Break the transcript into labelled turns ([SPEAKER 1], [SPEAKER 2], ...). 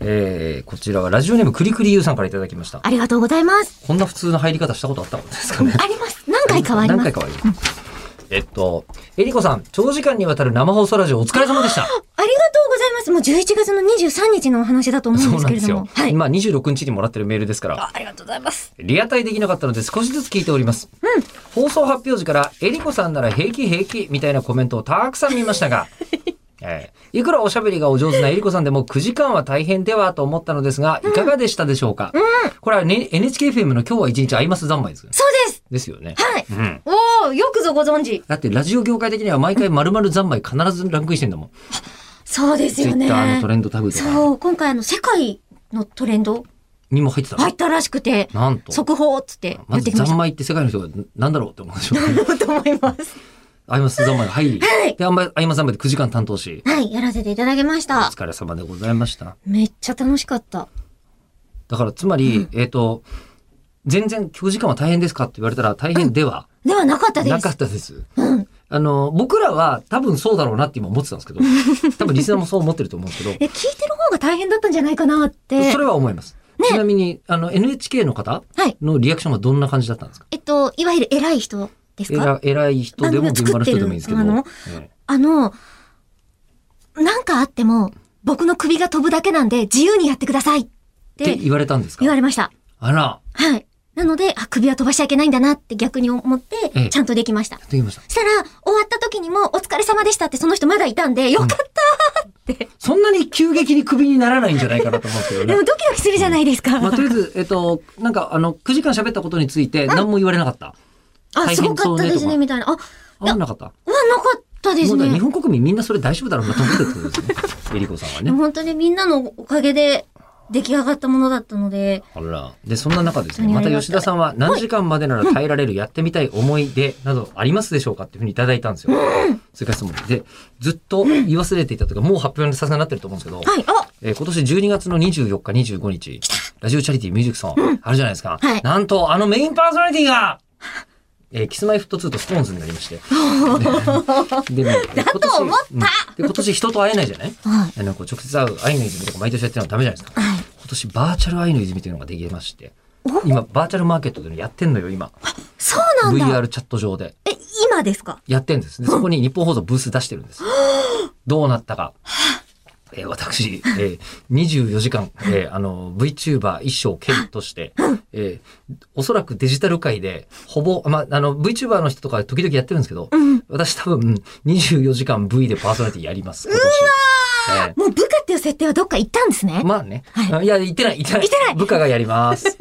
[SPEAKER 1] えー、こちらはラジオネームくりくりゆうさんからいただきました。
[SPEAKER 2] ありがとうございます。
[SPEAKER 1] こんな普通の入り方したことあったことですかね。
[SPEAKER 2] あります。何回かはあり
[SPEAKER 1] 何
[SPEAKER 2] ま
[SPEAKER 1] 回。
[SPEAKER 2] す
[SPEAKER 1] かはあります。えっと、えりこさん、長時間にわたる生放送ラジオお疲れ様でした。
[SPEAKER 2] ありがとうございます。もう11月の23日のお話だと思うん
[SPEAKER 1] そ
[SPEAKER 2] で
[SPEAKER 1] う
[SPEAKER 2] す
[SPEAKER 1] なん
[SPEAKER 2] け
[SPEAKER 1] で
[SPEAKER 2] れ
[SPEAKER 1] す
[SPEAKER 2] ども。
[SPEAKER 1] よ。
[SPEAKER 2] はい。
[SPEAKER 1] 今26日にもらってるメールですから、
[SPEAKER 2] あありがとうございます。
[SPEAKER 1] リアタイできなかったので少しずつ聞いております。放送発表時から、えりこさんなら平気平気みたいなコメントをたくさん見ました が、えーいくらおしゃべりがお上手なえりこさんでも9時間は大変ではと思ったのですが、いかがでしたでしょうか、これは、ね、NHKFM の今日は一日アイマス三昧ですよね。
[SPEAKER 2] そうです。
[SPEAKER 1] ですよね。
[SPEAKER 2] はい。
[SPEAKER 1] うん。
[SPEAKER 2] おおよくぞご存知。
[SPEAKER 1] だってラジオ業界的には毎回丸々三昧必ずランクインしてんだもん。
[SPEAKER 2] そうです
[SPEAKER 1] ツイ
[SPEAKER 2] よね
[SPEAKER 1] ッタ。ーのトレンドタグとか
[SPEAKER 2] そう、今回あの、世界のトレンド
[SPEAKER 1] にも入ってたの
[SPEAKER 2] 入ったらしくて、
[SPEAKER 1] なんと。
[SPEAKER 2] 速報っつって
[SPEAKER 1] ま
[SPEAKER 2] 言っ
[SPEAKER 1] ず
[SPEAKER 2] てきました。
[SPEAKER 1] 三昧って世界の人がなんだろうって思うでしょうね。
[SPEAKER 2] なると思います。
[SPEAKER 1] アイマス三昧が入り、
[SPEAKER 2] はい
[SPEAKER 1] で、アイマアイマス三昧で9時間担当し、
[SPEAKER 2] はい、やらせていただきまし
[SPEAKER 1] お
[SPEAKER 2] た。
[SPEAKER 1] 疲れ様でございました。
[SPEAKER 2] めっちゃ楽しかった。
[SPEAKER 1] だから、つまり、えっ、と、全然9時間は大変ですかって言われたら大変では
[SPEAKER 2] ではなかったで
[SPEAKER 1] なか
[SPEAKER 2] す
[SPEAKER 1] っ。たです。あの、僕らは多分そうだろうなって今思ってたんですけど、多分リスナーもそう思ってると思うんですけ ど、
[SPEAKER 2] え、聞いてる方が大変だったんじゃないかなって
[SPEAKER 1] そ。れは思います。ちなみに、あの、NHK の方
[SPEAKER 2] はい
[SPEAKER 1] のリアクションはどんな感じだったんですか
[SPEAKER 2] えっと、いわゆる偉い人です
[SPEAKER 1] え
[SPEAKER 2] から
[SPEAKER 1] 偉い人でも現場の人でもいいんですけど。
[SPEAKER 2] あの
[SPEAKER 1] ええ
[SPEAKER 2] あの、なんかあっても、僕の首が飛ぶだけなんで、自由にやってくださいっ
[SPEAKER 1] って
[SPEAKER 2] て
[SPEAKER 1] 言われたんですか
[SPEAKER 2] 言われました。
[SPEAKER 1] あら、
[SPEAKER 2] はい。なので、あ、首は飛ばしちゃいけないんだなって逆に思っ
[SPEAKER 1] ええ
[SPEAKER 2] て、ちゃんとできました。
[SPEAKER 1] できました。
[SPEAKER 2] そしたら、終わった時にも、お疲れ様でしたってその人まだいたんで、よかった、
[SPEAKER 1] そんなに急激にクビにならないんじゃないかなと思うんですけど
[SPEAKER 2] で
[SPEAKER 1] ね
[SPEAKER 2] も。ドキドキするじゃないですか。
[SPEAKER 1] まあ、とりあえず、えっと、なんか、あの、9時間喋ったことについて何も言われなかった。
[SPEAKER 2] あ、
[SPEAKER 1] 大変
[SPEAKER 2] すごかったです
[SPEAKER 1] そうねとか
[SPEAKER 2] ね、みたいな。あ、うわ、
[SPEAKER 1] あんなかった。
[SPEAKER 2] なかったです
[SPEAKER 1] もうだから日
[SPEAKER 2] ね。
[SPEAKER 1] 本国民みんなそれ大丈夫だろうなと思ってたってことで すね。えりこさんはね。
[SPEAKER 2] 本当にみんなのおかげで、出来上がったものだったので、
[SPEAKER 1] あら。で、そんな中ですね、
[SPEAKER 2] 本
[SPEAKER 1] ま
[SPEAKER 2] 当に
[SPEAKER 1] た
[SPEAKER 2] ありがたい
[SPEAKER 1] 吉田さんは何時間までなら耐えられるやってみたい思い出などありますでしょうかっていうふうにいただいたんですよ。それから質問で、ずっと言い忘れていたというか、もう発表させになってると思うんですけど、
[SPEAKER 2] はい、あ、
[SPEAKER 1] えー今年12月の24日、25日、ラジオチャリティーミュージックソン、あるじゃないですか。
[SPEAKER 2] はい
[SPEAKER 1] なんと、あのメインパーソナリティが、えーキスマイフット2とストーンズになりま して。ででも、だ
[SPEAKER 2] と思った
[SPEAKER 1] で、今年人と会えないじゃない
[SPEAKER 2] はい。
[SPEAKER 1] あの、こう直接会う愛の泉とか毎年やってるのはダメじゃないですか。
[SPEAKER 2] はい。
[SPEAKER 1] 今年バーチャル愛の泉というのができまして、今、バーチャルマーケットでねやってんのよ、今。
[SPEAKER 2] そうなんだ。
[SPEAKER 1] VR チャット上で。
[SPEAKER 2] え、今ですか
[SPEAKER 1] やってんです。で、そこに日本放送ブース出してる んです。どうなったか。えー私、えー、24時間、えーあの、VTuber 一生兼として、えーおそらくデジタル界で、ほぼ、ま、あの、VTuber の人とか時々やってるんですけど、私多分、24時間 V でパーソナリティやります、今年。えー
[SPEAKER 2] もう部下っていう設定はどっか行ったんですね。
[SPEAKER 1] まあね。、
[SPEAKER 2] はい
[SPEAKER 1] や、言ってない、言ってない。
[SPEAKER 2] 言ってない
[SPEAKER 1] 部下がやります。